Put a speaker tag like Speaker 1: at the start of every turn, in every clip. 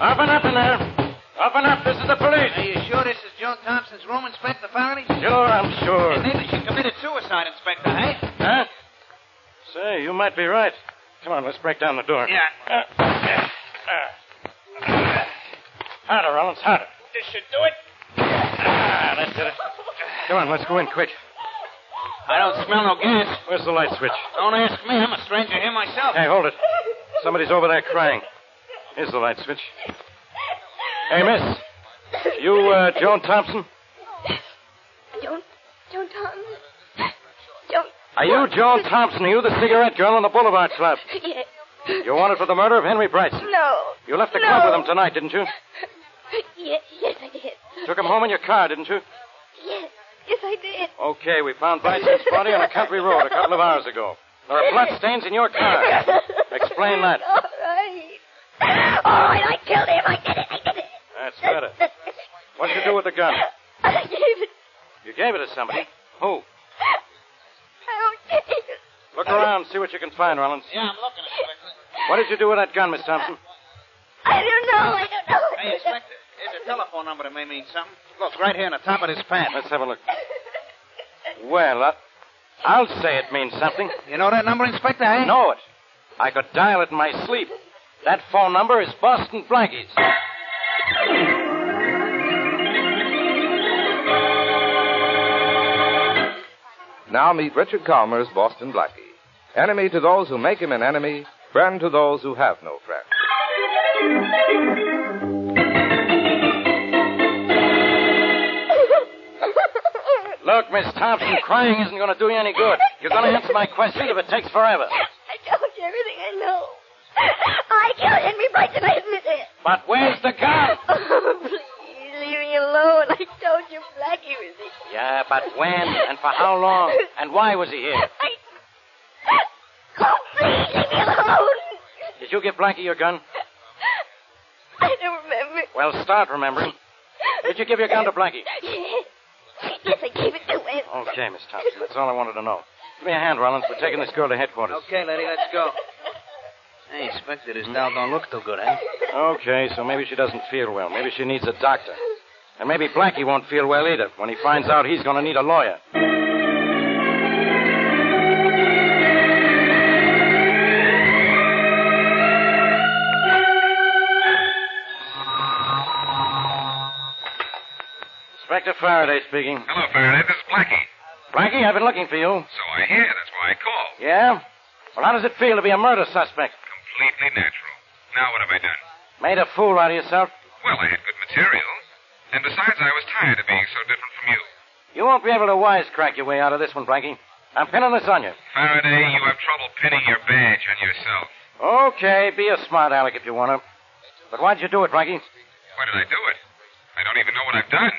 Speaker 1: Up and up in there. Up and up. This is the police.
Speaker 2: Are you sure this is Joe Thompson's room, Inspector Farley?
Speaker 1: Sure, I'm
Speaker 2: And
Speaker 1: sure.
Speaker 2: maybe she committed suicide, Inspector, hey?
Speaker 1: Huh? Say, you might be right. Come on, let's break down the door.
Speaker 2: Yeah.
Speaker 1: Uh, yeah. Uh, uh. harder, Rollins, harder. This should do it. Ah, that's it. Come on, let's go in quick.
Speaker 2: I don't smell no gas.
Speaker 1: Where's the light switch?
Speaker 2: Don't ask me. I'm a stranger here myself.
Speaker 1: Hey, hold it. Somebody's over there crying. Here's the light switch. Hey, miss. You, uh, Joan Thompson?
Speaker 3: Don't, don't, Tom. Don't.
Speaker 1: Are you Joan Thompson? Are you the cigarette girl on the boulevard slab?
Speaker 3: Yes.
Speaker 1: You're wanted for the murder of Henry Bryson.
Speaker 3: No.
Speaker 1: You left the
Speaker 3: no.
Speaker 1: club with him tonight, didn't you?
Speaker 3: Yes, yes, I did.
Speaker 1: Took him home in your car, didn't you?
Speaker 3: Yes, yes, I did.
Speaker 1: Okay, we found Bison's body on a country road a couple of hours ago. There are bloodstains in your car. Explain that.
Speaker 3: All right. All right, I killed him. I did it. I did it.
Speaker 1: That's better. What'd you do with the gun?
Speaker 3: I gave it.
Speaker 1: You gave it to somebody. Who?
Speaker 3: I don't take it.
Speaker 1: Look around, see what you can find, Rollins.
Speaker 2: Yeah, I'm looking, Inspector.
Speaker 1: What did you do with that gun, Miss Thompson?
Speaker 3: I don't know. I don't know.
Speaker 2: Hey, Inspector, here's a telephone number that may mean something. Look, right here on the top of this pad.
Speaker 1: Let's have a look. Well, uh, I'll say it means something.
Speaker 2: You know that number, Inspector, eh? hey?
Speaker 1: Know it. I could dial it in my sleep. That phone number is Boston Blackie's.
Speaker 4: Now meet Richard Calmer's Boston Blackie. Enemy to those who make him an enemy, friend to those who have no friend.
Speaker 1: Look, Miss Thompson, crying isn't going to do you any good. You're going to answer my questions if it takes forever.
Speaker 3: I told you everything I know. I killed Henry Bryson. I admit it.
Speaker 1: But where's the gun?
Speaker 3: Oh, please leave me alone. I told you Blackie was here.
Speaker 1: Yeah, but when and for how long and why was he here?
Speaker 3: I. Oh, please leave me alone.
Speaker 1: Did you give Blackie your gun?
Speaker 3: I don't remember.
Speaker 1: Well, start remembering. Did you give your gun to Blackie? Oh,
Speaker 3: Yes. Yes, I gave it to him.
Speaker 1: Okay, Miss Thompson, that's all I wanted to know. Give me a hand, Rollins. We're taking this girl to headquarters.
Speaker 2: Okay, lady, let's go. Hey, Inspector, this doll don't look too good, eh?
Speaker 1: Okay, so maybe she doesn't feel well. Maybe she needs a doctor. And maybe Blackie won't feel well either. When he finds out, he's going to need a lawyer. Inspector Faraday speaking.
Speaker 5: Hello, Faraday. This is Blackie.
Speaker 1: Blackie, I've been looking for you.
Speaker 5: So I hear. That's why I called.
Speaker 1: Yeah? Well, how does it feel to be a murder suspect?
Speaker 5: Completely natural. Now what have I done?
Speaker 1: Made a fool out of yourself?
Speaker 5: Well, I had good material. And besides, I was tired of being so different from you.
Speaker 1: You won't be able to wisecrack your way out of this one, Blackie. I'm pinning this on you.
Speaker 3: Faraday, you have trouble pinning your badge on yourself.
Speaker 1: Okay, be a smart aleck if you want to. But why'd you do it, Blackie?
Speaker 3: Why did I do it? I don't even know what I've done.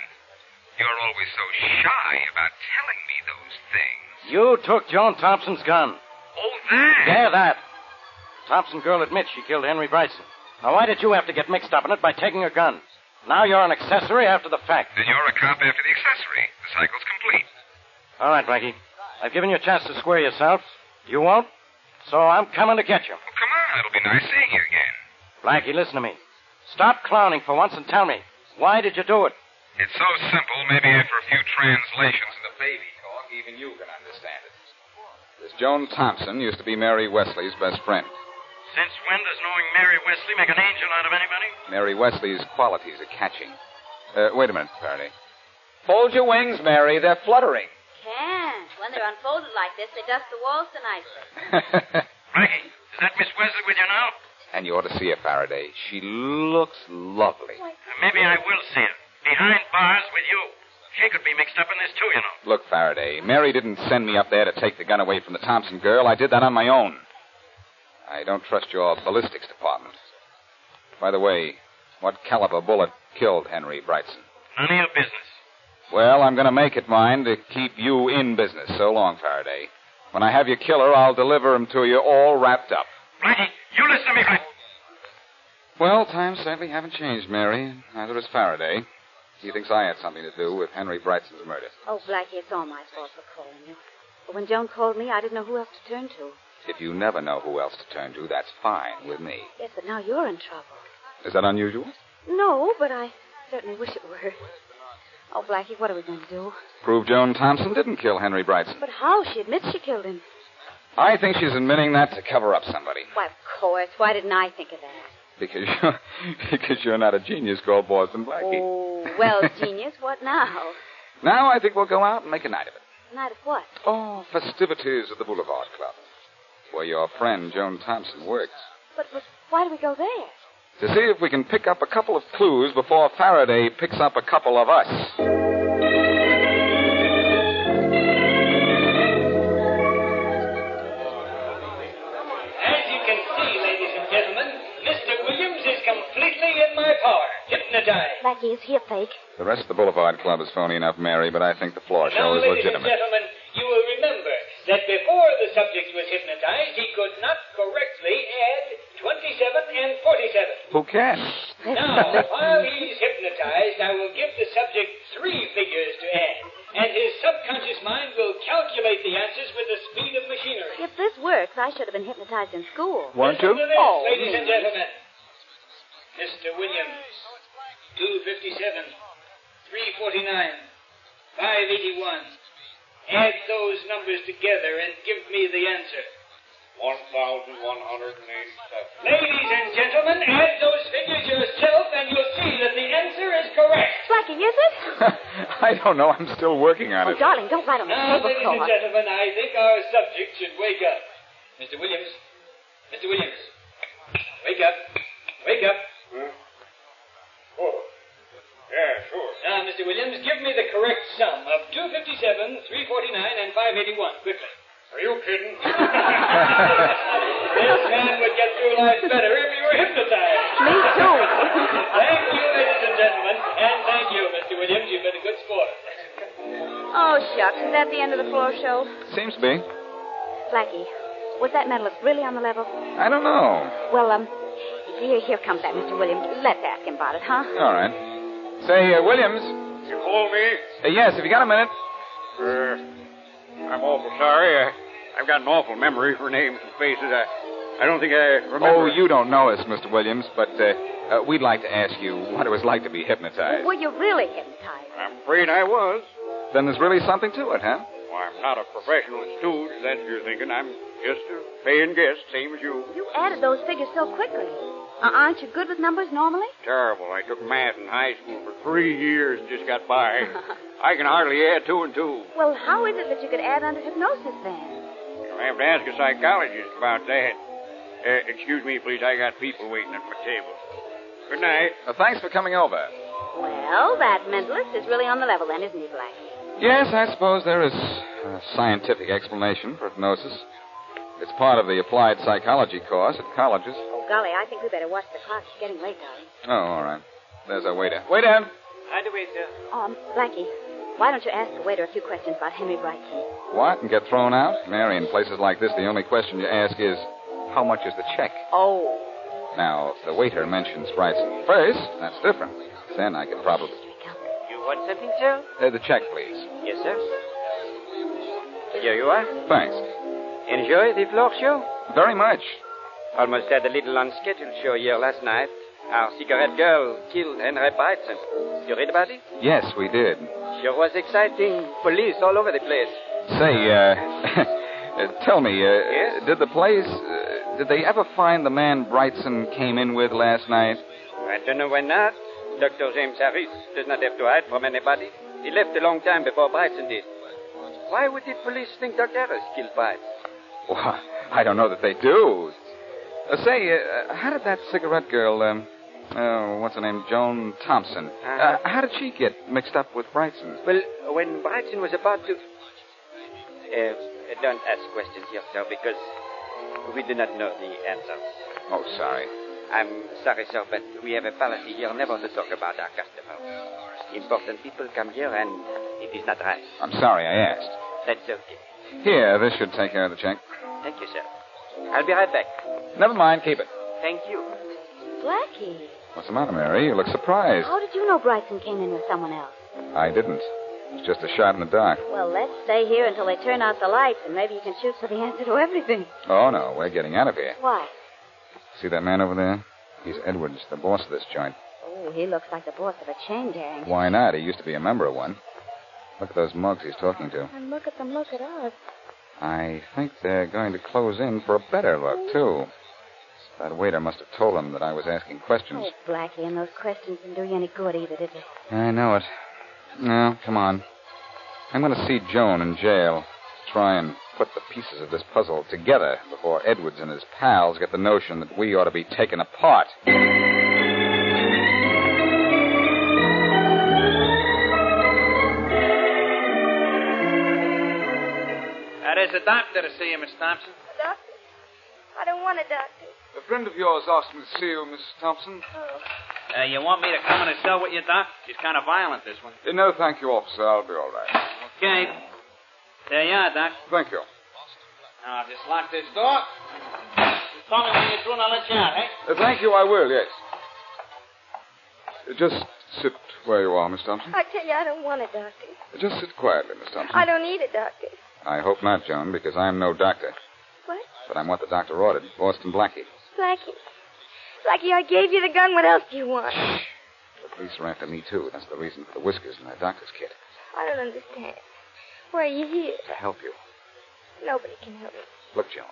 Speaker 3: You're always so shy about telling me those things.
Speaker 1: You took Joan Thompson's gun.
Speaker 3: Oh, that?
Speaker 1: Yeah, that. Thompson girl admits she killed Henry Bryson. Now, why did you have to get mixed up in it by taking her gun? Now you're an accessory after the fact.
Speaker 3: Then you're a cop after the accessory. The cycle's complete.
Speaker 1: All right, Blackie. I've given you a chance to square yourself. You won't, so I'm coming to get you.
Speaker 3: Well, come on. It'll be nice seeing you again.
Speaker 1: Blackie, listen to me. Stop clowning for once and tell me, why did you do it?
Speaker 3: It's so simple, maybe after a few translations and a baby talk, even you can understand it.
Speaker 6: This Joan Thompson used to be Mary Wesley's best friend.
Speaker 1: Since when does knowing Mary Wesley make an angel out of anybody?
Speaker 6: Mary Wesley's qualities are catching. Uh, wait a minute, Faraday. Fold your wings, Mary. They're fluttering.
Speaker 7: Can't. When they're unfolded like this, they dust the walls so nicely.
Speaker 1: Blackie, is that Miss Wesley with you now?
Speaker 6: and you ought to see her, Faraday. She looks lovely.
Speaker 1: Maybe I will see her. Behind bars with you. She could be mixed up in this too, you know.
Speaker 6: Look, Faraday, Mary didn't send me up there to take the gun away from the Thompson girl. I did that on my own. I don't trust your ballistics department. By the way, what caliber bullet killed Henry Brightson?
Speaker 1: None of your business.
Speaker 6: Well, I'm going to make it mine to keep you in business. So long, Faraday. When I have your killer, I'll deliver him to you all wrapped up.
Speaker 1: Blackie, you listen to me, Blackie.
Speaker 6: Well, times certainly haven't changed, Mary. Neither has Faraday. He thinks I had something to do with Henry Brightson's murder.
Speaker 7: Oh, Blackie, it's all my fault for calling you. But when Joan called me, I didn't know who else to turn to.
Speaker 6: If you never know who else to turn to, that's fine with me.
Speaker 7: Yes, but now you're in trouble.
Speaker 6: Is that unusual?
Speaker 7: No, but I certainly wish it were. Oh, Blackie, what are we going to do?
Speaker 6: Prove Joan Thompson didn't kill Henry Brightson.
Speaker 7: But how? She admits she killed him.
Speaker 6: I think she's admitting that to cover up somebody.
Speaker 7: Why, of course. Why didn't I think of that?
Speaker 6: Because you're, because you're not a genius called Boston Blackie.
Speaker 7: Oh, well, genius, what now?
Speaker 6: Now I think we'll go out and make a night of it.
Speaker 7: Night of what?
Speaker 6: Oh, festivities at the Boulevard Club, where your friend Joan Thompson works,
Speaker 7: But, but why do we go there?
Speaker 6: to see if we can pick up a couple of clues before Faraday picks up a couple of us.
Speaker 8: As you can see, ladies and gentlemen, Mr. Williams is completely in my power, hypnotized.
Speaker 7: Blackie, is he a fake?
Speaker 6: The rest of the Boulevard Club is phony enough, Mary, but I think the floor
Speaker 8: now,
Speaker 6: show is
Speaker 8: ladies and
Speaker 6: legitimate.
Speaker 8: gentlemen, you will remember that before the subject was hypnotized, he could not correctly add 27 and 47.
Speaker 6: Who can?
Speaker 8: Now, while he's hypnotized, I will give the subject three figures to add, and his subconscious mind will calculate the answers with the speed of machinery.
Speaker 7: If this works, I should have been hypnotized in school.
Speaker 6: One,
Speaker 8: Listen to
Speaker 6: two.
Speaker 8: this,
Speaker 7: Oh, hmm.
Speaker 8: ladies
Speaker 7: me.
Speaker 8: and gentlemen. Mr. Williams, 257, 349, 581. Add those numbers together and give me the answer. 1,187. Ladies and gentlemen, add those figures yourself and you'll see that the answer is correct.
Speaker 7: Blackie, is it?
Speaker 6: I don't know. I'm still working on
Speaker 7: Oh,
Speaker 6: it.
Speaker 7: darling, don't write on the
Speaker 8: Now, ladies and
Speaker 7: tablecloth.
Speaker 8: gentlemen, I think our subject should wake up. Mr. Williams. Mr. Williams. Wake up. Wake up.
Speaker 1: Oh. Hmm? Yeah, sure.
Speaker 8: Now, Mr. Williams, give me the correct sum of 257, 349, and 581, quickly.
Speaker 1: Are you kidding?
Speaker 8: This man would get through life better if he were hypnotized.
Speaker 7: Me too.
Speaker 8: Thank you, ladies and gentlemen, and thank you, Mr. Williams. You've been a good sport.
Speaker 7: Oh, shucks. Is that the end of the floor show?
Speaker 6: Seems to be.
Speaker 7: Blackie, was that medalist really on the level?
Speaker 6: I don't know.
Speaker 7: Well, um, here, here comes that Mr. Williams. Let's ask him about it, huh?
Speaker 6: All right. Say, uh, Williams.
Speaker 1: You call me?
Speaker 6: Uh, yes, if you got a minute.
Speaker 1: Uh, I'm awful sorry. Uh, I've got an awful memory for names and faces. I, I don't think I
Speaker 6: Oh,
Speaker 1: remember.
Speaker 6: you don't know us, Mr. Williams, but uh, uh, we'd like to ask you what it was like to be hypnotized.
Speaker 7: Were you really hypnotized?
Speaker 6: Um,
Speaker 1: I'm afraid I was.
Speaker 6: Then there's really something to it, huh?
Speaker 1: Well, I'm not a professional stooge, if that's what you're thinking. I'm just a paying guest, same as you.
Speaker 7: You added those figures so quickly. Uh, aren't you good with numbers normally?
Speaker 1: Terrible. I took math in high school for three years, just got by. I can hardly add two and two.
Speaker 7: Well, how is it that you could add under hypnosis then?
Speaker 1: I have to ask a psychologist about that. Uh, excuse me, please. I got people waiting at my table. Good night.
Speaker 6: Uh, thanks for coming over.
Speaker 7: Well, that mentalist is really on the level then, isn't he, Blackie?
Speaker 6: Yes, I suppose there is a scientific explanation for hypnosis. It's part of the applied psychology course at colleges.
Speaker 7: Oh, golly, I think we better watch the clock. It's getting late, darling.
Speaker 6: Oh, all right. There's our waiter. Waiter!
Speaker 7: Hi, do we do? Um, Blackie, why don't you ask the waiter a few questions about Henry Brighton?
Speaker 6: What? And get thrown out? Mary, in places like this, the only question you ask is, how much is the check?
Speaker 7: Oh.
Speaker 6: Now, if the waiter mentions Bryson first, that's different. Then I could probably.
Speaker 9: You want something, sir?
Speaker 6: Uh, the check, please.
Speaker 9: Yes, sir. Here you are.
Speaker 6: Thanks.
Speaker 9: Enjoy the floor show?
Speaker 6: Very much.
Speaker 9: Almost had a little unscheduled show here last night. Our cigarette girl killed Henry Bryson. You read about it?
Speaker 6: Yes, we did.
Speaker 9: Sure was exciting. Police all over the place.
Speaker 6: Say, uh, uh, tell me, uh, did the place. Uh, did they ever find the man Brightson came in with last night?
Speaker 9: I don't know why not. Dr. James Harris does not have to hide from anybody. He left a long time before Bryson did. Why would the police think Dr. Harris killed Bryson?
Speaker 6: Well, I don't know that they do. Uh, say, uh, how did that cigarette girl, um, uh, what's her name, Joan Thompson, uh, how did she get mixed up with Brightson?
Speaker 9: Well, when Bryson was about to. Uh, don't ask questions here, sir, because we do not know the answers.
Speaker 6: Oh, sorry.
Speaker 9: I'm sorry, sir, but we have a policy here never to talk about our customers. Important people come here, and it is not right.
Speaker 6: I'm sorry I asked.
Speaker 9: That's okay.
Speaker 6: Oh, Here, this should take care of the check.
Speaker 9: Thank you, sir. I'll be right back.
Speaker 6: Never mind, keep it.
Speaker 9: Thank you.
Speaker 7: Blackie,
Speaker 6: What's the matter, Mary? You look surprised.
Speaker 7: how did you know Bryson came in with someone else?
Speaker 6: I didn't. It's just a shot in the dark.
Speaker 7: Well, let's stay here until they turn out the lights, and maybe you can shoot for the answer to everything.
Speaker 6: Oh, no, we're getting out of here.
Speaker 7: Why?
Speaker 6: See that man over there? He's Edwards, the boss of this joint.
Speaker 7: Oh, he looks like the boss of a chain gang.
Speaker 6: Why not? He used to be a member of one. Look at those mugs he's talking to.
Speaker 7: And look at them, look at us.
Speaker 6: I think they're going to close in for a better look, too. That waiter must have told them that I was asking questions.
Speaker 7: Oh, Blackie, and those questions didn't do you any good either, did they?
Speaker 6: I know it. No, come on. I'm going to see Joan in jail. Try and put the pieces of this puzzle together before Edwards and his pals get the notion that we ought to be taken apart.
Speaker 10: Uh, there's a doctor to see you, Miss Thompson.
Speaker 3: A doctor? I don't want a doctor.
Speaker 10: A friend of yours asked me to see you, Miss Thompson.
Speaker 1: Uh, you want me to come in and sell with you, Doc? She's kind of violent, this one.
Speaker 10: Eh, no, thank you, officer. I'll be all right.
Speaker 1: Okay. There you are, Doc.
Speaker 10: Thank you.
Speaker 1: Now, just lock this door. You call me when you're through and I'll let you out, eh?
Speaker 10: Uh, thank you, I will, yes. Uh, Just sit where you are, Miss Thompson.
Speaker 3: I tell you, I don't want a doctor.
Speaker 10: Uh, Just sit quietly, Miss Thompson.
Speaker 3: I don't need a doctor.
Speaker 6: I hope not, Joan, because I'm no doctor.
Speaker 3: What?
Speaker 6: But I'm what the doctor ordered Boston Blackie.
Speaker 3: Blackie. Blackie, I gave you the gun. What else do you want?
Speaker 6: The police are after me, too. That's the reason for the whiskers in my doctor's kit.
Speaker 3: I don't understand. Why are you here?
Speaker 6: To help you.
Speaker 3: Nobody can help me.
Speaker 6: Look, Joan,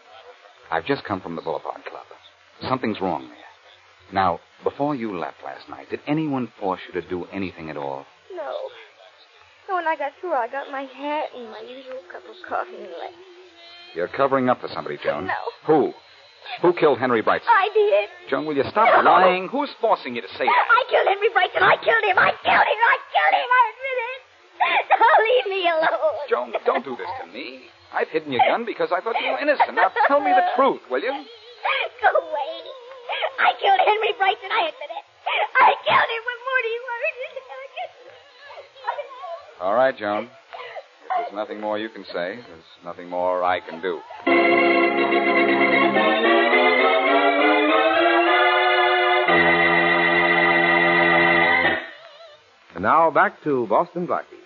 Speaker 6: I've just come from the Boulevard Club. Something's wrong there. Now, before you left last night, did anyone force you to do anything at all?
Speaker 3: No. So when I got through, I got my hat and my usual cup of coffee and left.
Speaker 6: You're covering up for somebody, Joan.
Speaker 3: No.
Speaker 6: Who? Who killed Henry Bright?
Speaker 3: I did.
Speaker 6: Joan, will you stop
Speaker 3: No.
Speaker 6: lying? Who's forcing you to say that?
Speaker 3: I killed Henry Bryson. I killed him. I killed him. I killed him. I admit it. Now leave me alone.
Speaker 6: Joan, don't do this to me. I've hidden your gun because I thought you were innocent. Now tell me the truth, will you?
Speaker 3: Go away. I killed Henry Bryson. I admit it. I killed him. What more do you want me to do?
Speaker 6: All right, Joan. If there's nothing more you can say, there's nothing more I can do.
Speaker 4: And now back to Boston Blackie.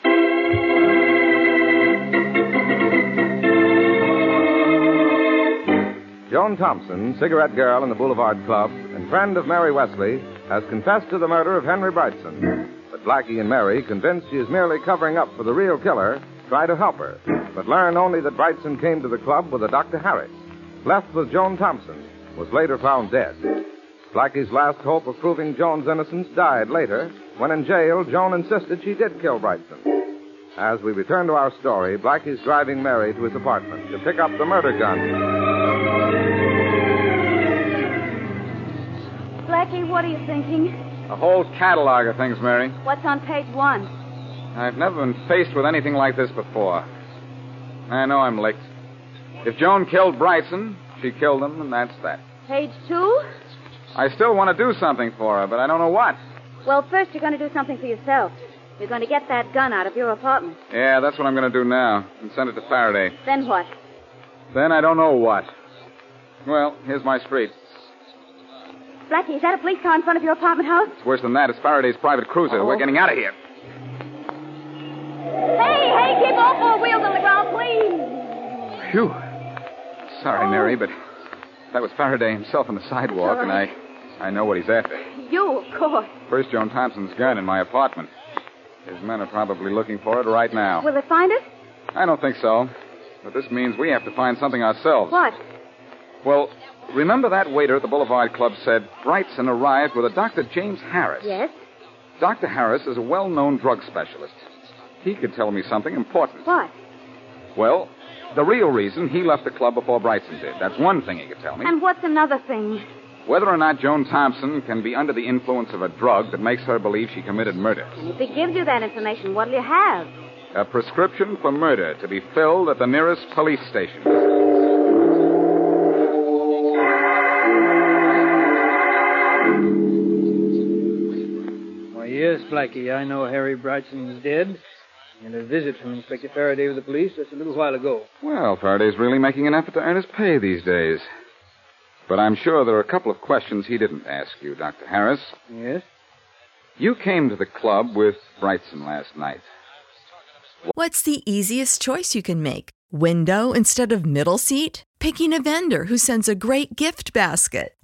Speaker 4: Joan Thompson, cigarette girl in the Boulevard Club and friend of Mary Wesley, has confessed to the murder of Henry Brightson. But Blackie and Mary, convinced she is merely covering up for the real killer, try to help her, but learn only that Brightson came to the club with a Dr. Harris, left with Joan Thompson, was later found dead. Blackie's last hope of proving Joan's innocence died later when in jail Joan insisted she did kill Brightson. As we return to our story, Blackie's driving Mary to his apartment to pick up the murder gun.
Speaker 11: Blackie, what are you thinking?
Speaker 6: A whole catalog of things, Mary.
Speaker 11: What's on page one?
Speaker 6: I've never been faced with anything like this before. I know I'm licked. If Joan killed Bryson, she killed him, and that's that.
Speaker 7: Page two?
Speaker 6: I still want to do something for her, but I don't know what.
Speaker 7: Well, first you're going to do something for yourself. You're going to get that gun out of your apartment.
Speaker 6: Yeah, that's what I'm going to do now, and send it to Faraday.
Speaker 7: Then what?
Speaker 6: Then I don't know what. Well, here's my street.
Speaker 7: Blackie, is that a police car in front of your apartment house?
Speaker 6: It's worse than that. It's Faraday's private cruiser. We're getting out of here.
Speaker 3: Hey, hey, keep all four wheels on the ground, please.
Speaker 6: Phew. Sorry, Mary, but that was Faraday himself on the sidewalk,
Speaker 7: All
Speaker 6: and
Speaker 7: right.
Speaker 6: I, I know what he's after.
Speaker 7: You, of course.
Speaker 6: First, Joan Thompson's gun in my apartment. His men are probably looking for it right now.
Speaker 7: Will they find us?
Speaker 6: I don't think so. But this means we have to find something ourselves.
Speaker 7: What?
Speaker 6: Well, remember that waiter at the Boulevard Club said Brightson arrived with a Dr. James Harris.
Speaker 7: Yes?
Speaker 6: Dr. Harris is a well known drug specialist. He could tell me something important.
Speaker 7: What?
Speaker 6: Well, the real reason he left the club before Brightson did. That's one thing he could tell me.
Speaker 7: And what's another thing?
Speaker 6: Whether or not Joan Thompson can be under the influence of a drug that makes her believe she committed murder.
Speaker 7: If he gives you that information, what'll you have?
Speaker 6: A prescription for murder to be filled at the nearest police station.
Speaker 11: Why, yes, Blackie, I know Harry Brightson is dead. And a visit from Inspector Faraday of the police just a little while ago.
Speaker 6: Well, Faraday's really making an effort to earn his pay these days. But I'm sure there are a couple of questions he didn't ask you, Dr. Harris.
Speaker 11: Yes?
Speaker 6: You came to the club with Brightson last night.
Speaker 12: What's the easiest choice you can make? Window instead of middle seat? Picking a vendor who sends a great gift basket?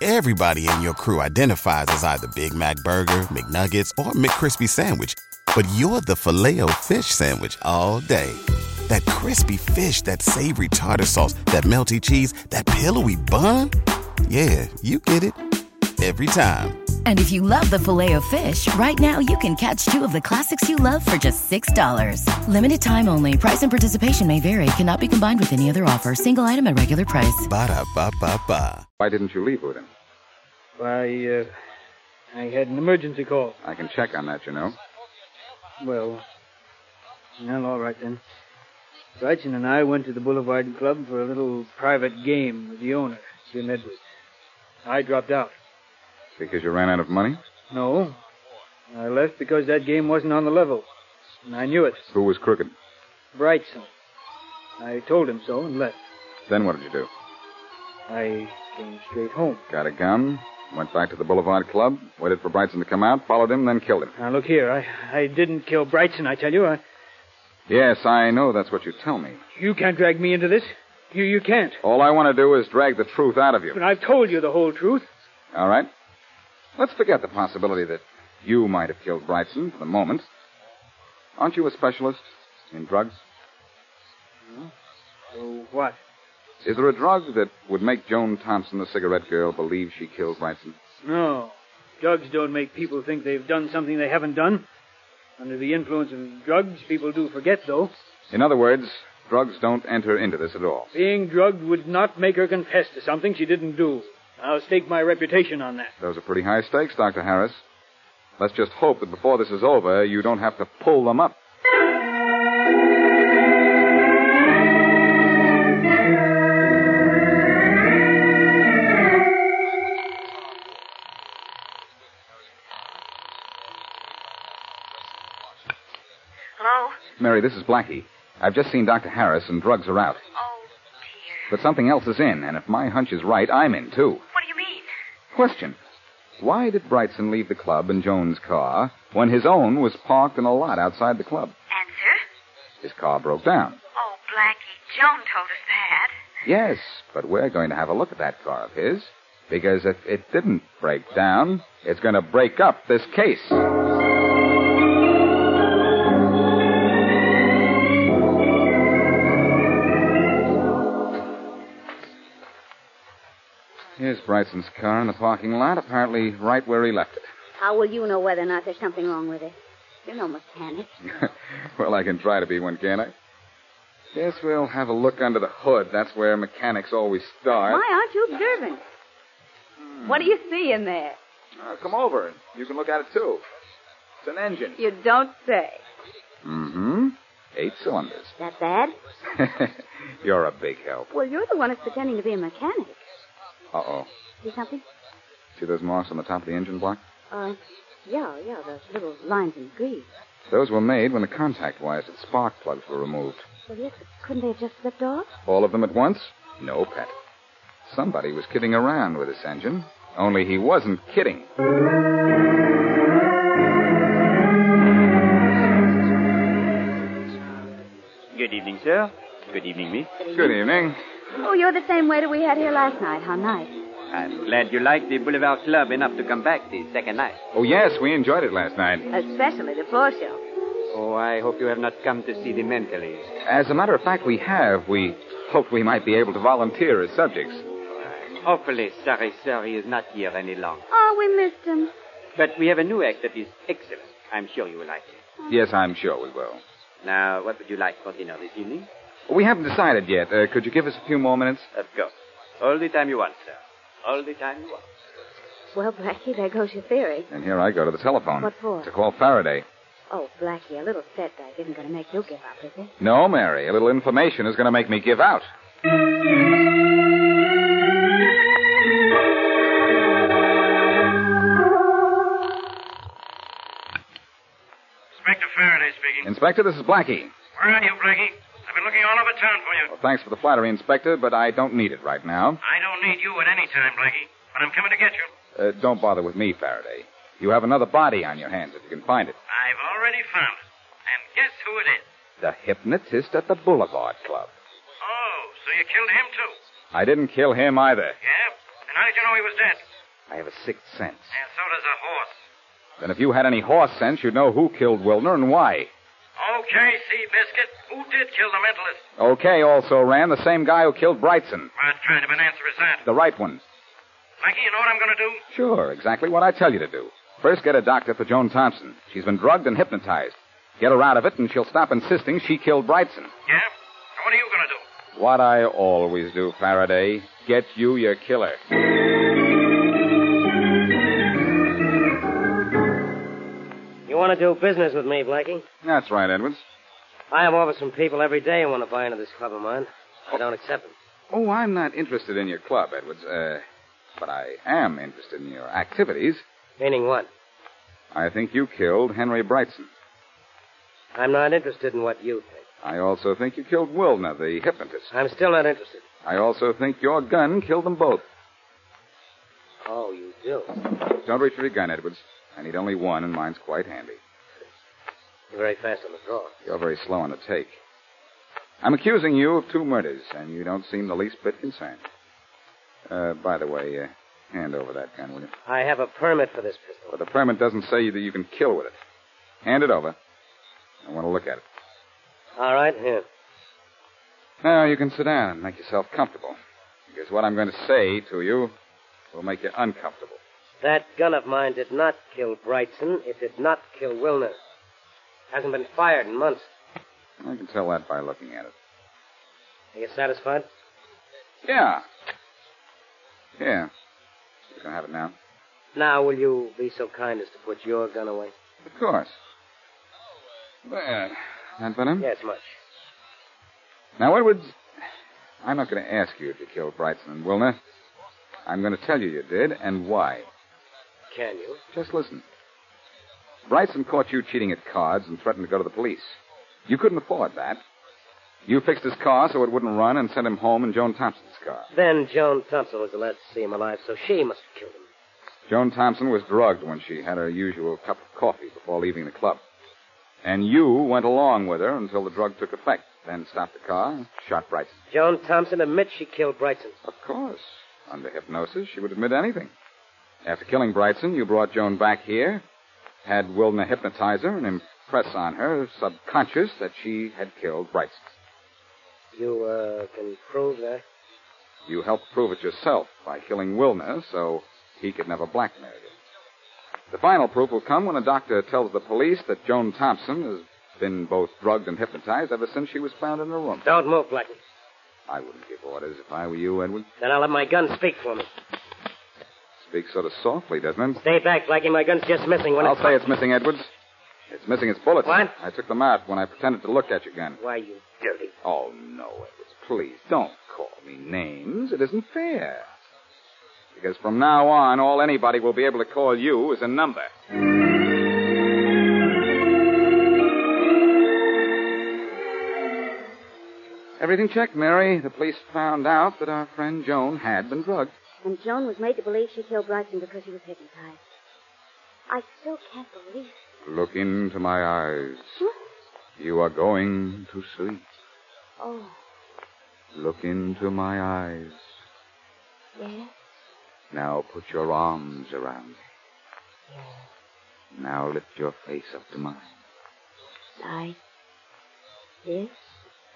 Speaker 13: Everybody in your crew identifies as either Big Mac Burger, McNuggets, or McCrispy Sandwich. But you're the filet fish Sandwich all day. That crispy fish, that savory tartar sauce, that melty cheese, that pillowy bun. Yeah, you get it. Every time.
Speaker 14: And if you love the filet of fish, right now you can catch two of the classics you love for just $6. Limited time only. Price and participation may vary. Cannot be combined with any other offer. Single item at regular price.
Speaker 13: Ba-da-ba-ba-ba.
Speaker 6: Why didn't you leave with him?
Speaker 11: Why, uh, I had an emergency call.
Speaker 6: I can check on that, you know.
Speaker 11: Well, well, all right then. Brightson and I went to the Boulevard Club for a little private game with the owner, Jim Edwards. I dropped out.
Speaker 6: Because you ran out of money?
Speaker 11: No. I left because that game wasn't on the level. And I knew it.
Speaker 6: Who was crooked?
Speaker 11: Brightson. I told him so and left.
Speaker 6: Then what did you do?
Speaker 11: I came straight home.
Speaker 6: Got a gun, went back to the Boulevard Club, waited for Brightson to come out, followed him, then killed him.
Speaker 11: Now look here, I, I didn't kill Brightson, I tell you. I,
Speaker 6: Yes, I know that's what you tell me.
Speaker 11: you can't drag me into this. You you can't.
Speaker 6: All I want to do is drag the truth out of you.
Speaker 11: But I've told you the whole truth.
Speaker 6: All right? Let's forget the possibility that you might have killed Brightson for the moment. Aren't you a specialist in drugs?
Speaker 11: So what?
Speaker 6: Is there a drug that would make Joan Thompson, the cigarette girl, believe she killed Brightson?
Speaker 11: No. Drugs don't make people think they've done something they haven't done. Under the influence of drugs, people do forget, though.
Speaker 6: In other words, drugs don't enter into this at all.
Speaker 11: Being drugged would not make her confess to something she didn't do. I'll stake my reputation on that.
Speaker 6: Those are pretty high stakes, Dr. Harris. Let's just hope that before this is over, you don't have to pull them up.
Speaker 15: Hello?
Speaker 6: Mary, this is Blackie. I've just seen Dr. Harris, and drugs are out.
Speaker 15: Oh, dear.
Speaker 6: But something else is in, and if my hunch is right, I'm in, too.
Speaker 15: What do you mean?
Speaker 6: Question Why did Brightson leave the club in Jones' car when his own was parked in a lot outside the club?
Speaker 15: Answer?
Speaker 6: His car broke down.
Speaker 15: Oh, Blackie, Joan told us that.
Speaker 6: Yes, but we're going to have a look at that car of his. Because if it didn't break down, it's going to break up this case. Here's Brightson's car in the parking lot, apparently right where he left it.
Speaker 7: How will you know whether or not there's something wrong with it? You're no mechanic.
Speaker 6: Well, I can try to be one, can't I? Guess we'll have a look under the hood. That's where mechanics always start.
Speaker 7: Why aren't you observant?
Speaker 10: Hmm.
Speaker 7: What do you see in there?
Speaker 6: Ah,
Speaker 10: Uh, come over, and you can look at it, too. It's an engine.
Speaker 7: You don't say.
Speaker 6: Mm-hmm. Eight cylinders.
Speaker 7: That bad?
Speaker 6: You're a big help.
Speaker 7: Well, you're the one that's pretending to be a mechanic.
Speaker 6: Uh-oh.
Speaker 7: See something?
Speaker 6: See those marks on the top of the engine block?
Speaker 7: Uh, yeah, yeah, those little lines and grease.
Speaker 6: Those were made when the contact wires and spark plugs were removed.
Speaker 7: Well, yes, but couldn't they have just slipped off?
Speaker 6: All of them at once? No, Pet. Somebody was kidding around with this engine. Only he wasn't kidding.
Speaker 16: Good evening, sir. Good evening, miss.
Speaker 6: Good evening.
Speaker 7: Oh, you're the same waiter we had here last night. How nice.
Speaker 9: I'm glad you liked the Boulevard Club enough to come back the second night.
Speaker 6: Oh, yes, we enjoyed it last night.
Speaker 7: Especially the floor show.
Speaker 9: Oh, I hope you have not come to see the mentally.
Speaker 6: As a matter of fact, we have. We hoped we might be able to volunteer as subjects.
Speaker 9: Hopefully, Sari Sari is not here any longer.
Speaker 7: Oh, we missed him.
Speaker 9: But we have a new act that is excellent. I'm sure you will like it.
Speaker 6: Yes, I'm sure we will.
Speaker 9: Now, what would you like for dinner this evening?
Speaker 6: We haven't decided yet. Uh, could you give us a few more minutes?
Speaker 9: Of course. All the time you want, sir. All the time you want.
Speaker 7: Well, Blackie, there goes your theory.
Speaker 6: And here I go to the telephone.
Speaker 7: What for?
Speaker 6: To call Faraday.
Speaker 7: Oh, Blackie, a little setback isn't going to make you give up, is it?
Speaker 6: No, Mary. A little information is going to make me give out.
Speaker 1: Inspector Faraday speaking.
Speaker 6: Inspector, this is Blackie.
Speaker 1: Where are you, Blackie? I've been looking all over town for you.
Speaker 6: Well, thanks for the flattery, Inspector, but I don't need it right now.
Speaker 1: I don't need you at any time, Blackie, but I'm coming to get you.
Speaker 6: Uh, don't bother with me, Faraday. You have another body on your hands if you can find it.
Speaker 1: I've already found it. And guess who it is?
Speaker 6: The hypnotist at the Boulevard Club.
Speaker 1: Oh, so you killed him, too?
Speaker 6: I didn't kill him either.
Speaker 1: Yeah? And how did you know he was dead?
Speaker 6: I have a sixth sense.
Speaker 1: And so does a horse.
Speaker 6: Then if you had any horse sense, you'd know who killed Wilner and why.
Speaker 1: Okay, Sea Biscuit, who did kill the mentalist?
Speaker 6: Okay, also ran the same guy who killed Brightson.
Speaker 1: What kind of an answer is that?
Speaker 6: The right one.
Speaker 1: Blackie, you know what I'm going to do?
Speaker 6: Sure, exactly what I tell you to do. First, get a doctor for Joan Thompson. She's been drugged and hypnotized. Get her out of it, and she'll stop insisting she killed Brightson.
Speaker 1: Yeah? Now, what are you going to do?
Speaker 6: What I always do, Faraday get you your killer.
Speaker 17: You want to do business with me, Blackie?
Speaker 6: That's right, Edwards.
Speaker 17: I have offers from people every day who want to buy into this club of mine. I don't accept them.
Speaker 6: Oh, I'm not interested in your club, Edwards. Uh, but I am interested in your activities.
Speaker 17: Meaning what?
Speaker 6: I think you killed Henry Brightson.
Speaker 17: I'm not interested in what you think.
Speaker 6: I also think you killed Wilner, the hypnotist.
Speaker 17: I'm still not interested.
Speaker 6: I also think your gun killed them both.
Speaker 17: Oh, you do?
Speaker 6: Don't reach for your gun, Edwards. I need only one, and mine's quite handy.
Speaker 17: You're very fast on the draw.
Speaker 6: You're very slow on the take. I'm accusing you of two murders, and you don't seem the least bit concerned. Uh, by the way, uh, hand over that gun, will you?
Speaker 17: I have a permit for this pistol.
Speaker 6: But the permit doesn't say that you can kill with it. Hand it over. I want to look at it.
Speaker 17: All right, here.
Speaker 6: Now, you can sit down and make yourself comfortable. Because what I'm going to say to you will make you uncomfortable.
Speaker 17: That gun of mine did not kill Brightson. It did not kill Wilner. Hasn't been fired in months.
Speaker 6: I can tell that by looking at it.
Speaker 17: Are you satisfied?
Speaker 6: Yeah. Yeah. You can have it now.
Speaker 17: Now, will you be so kind as to put your gun away?
Speaker 6: Of course. There. That better?
Speaker 17: Yes, much.
Speaker 6: Now, Edwards, I'm not going to ask you if you killed Brightson and Wilner. I'm going to tell you you did and why.
Speaker 17: Can you?
Speaker 6: Just listen. Brightson caught you cheating at cards and threatened to go to the police. You couldn't afford that. You fixed his car so it wouldn't run and sent him home in Joan Thompson's car.
Speaker 17: Then Joan Thompson was the last to see him alive, so she must have killed him.
Speaker 6: Joan Thompson was drugged when she had her usual cup of coffee before leaving the club. And you went along with her until the drug took effect, then stopped the car, shot Bryson.
Speaker 17: Joan Thompson admits she killed Brightson.
Speaker 6: Of course. Under hypnosis, she would admit anything. After killing Brightson, you brought Joan back here, had Wilner hypnotize her and impress on her subconscious that she had killed Brightson.
Speaker 17: You, uh, can prove that?
Speaker 6: You helped prove it yourself by killing Wilner so he could never blackmail you. The final proof will come when a doctor tells the police that Joan Thompson has been both drugged and hypnotized ever since she was found in her room.
Speaker 17: Don't move, Blackie.
Speaker 6: I wouldn't give orders if I were you, Edwin.
Speaker 17: Then I'll let my gun speak for me.
Speaker 6: Speaks sort of softly, doesn't it?
Speaker 17: Stay back, Blackie. My gun's just missing when
Speaker 6: I'll
Speaker 17: it...
Speaker 6: say it's missing, Edwards. It's missing its bullets.
Speaker 17: What?
Speaker 6: I took them out when I pretended to look at your gun.
Speaker 17: Why, you dirty...
Speaker 6: Oh, no, Edwards. Please, don't call me names. It isn't fair. Because from now on, all anybody will be able to call you is a number. Everything checked, Mary. The police found out that our friend Joan had been drugged.
Speaker 7: And Joan was made to believe she killed Bryson because he was hypnotized. I still can't believe it.
Speaker 6: Look into my eyes.
Speaker 7: What?
Speaker 6: You are going to sleep.
Speaker 7: Oh,
Speaker 6: Look into my eyes.
Speaker 7: yes.
Speaker 6: Now put your arms around me. Now lift your face up to mine.
Speaker 7: I. Yes?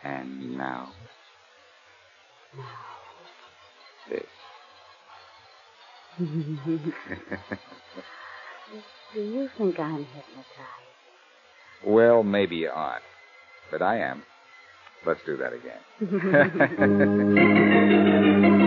Speaker 6: And now. This.
Speaker 7: Do you think I'm hypnotized?
Speaker 6: well, maybe you aren't. But I am. Let's do that again.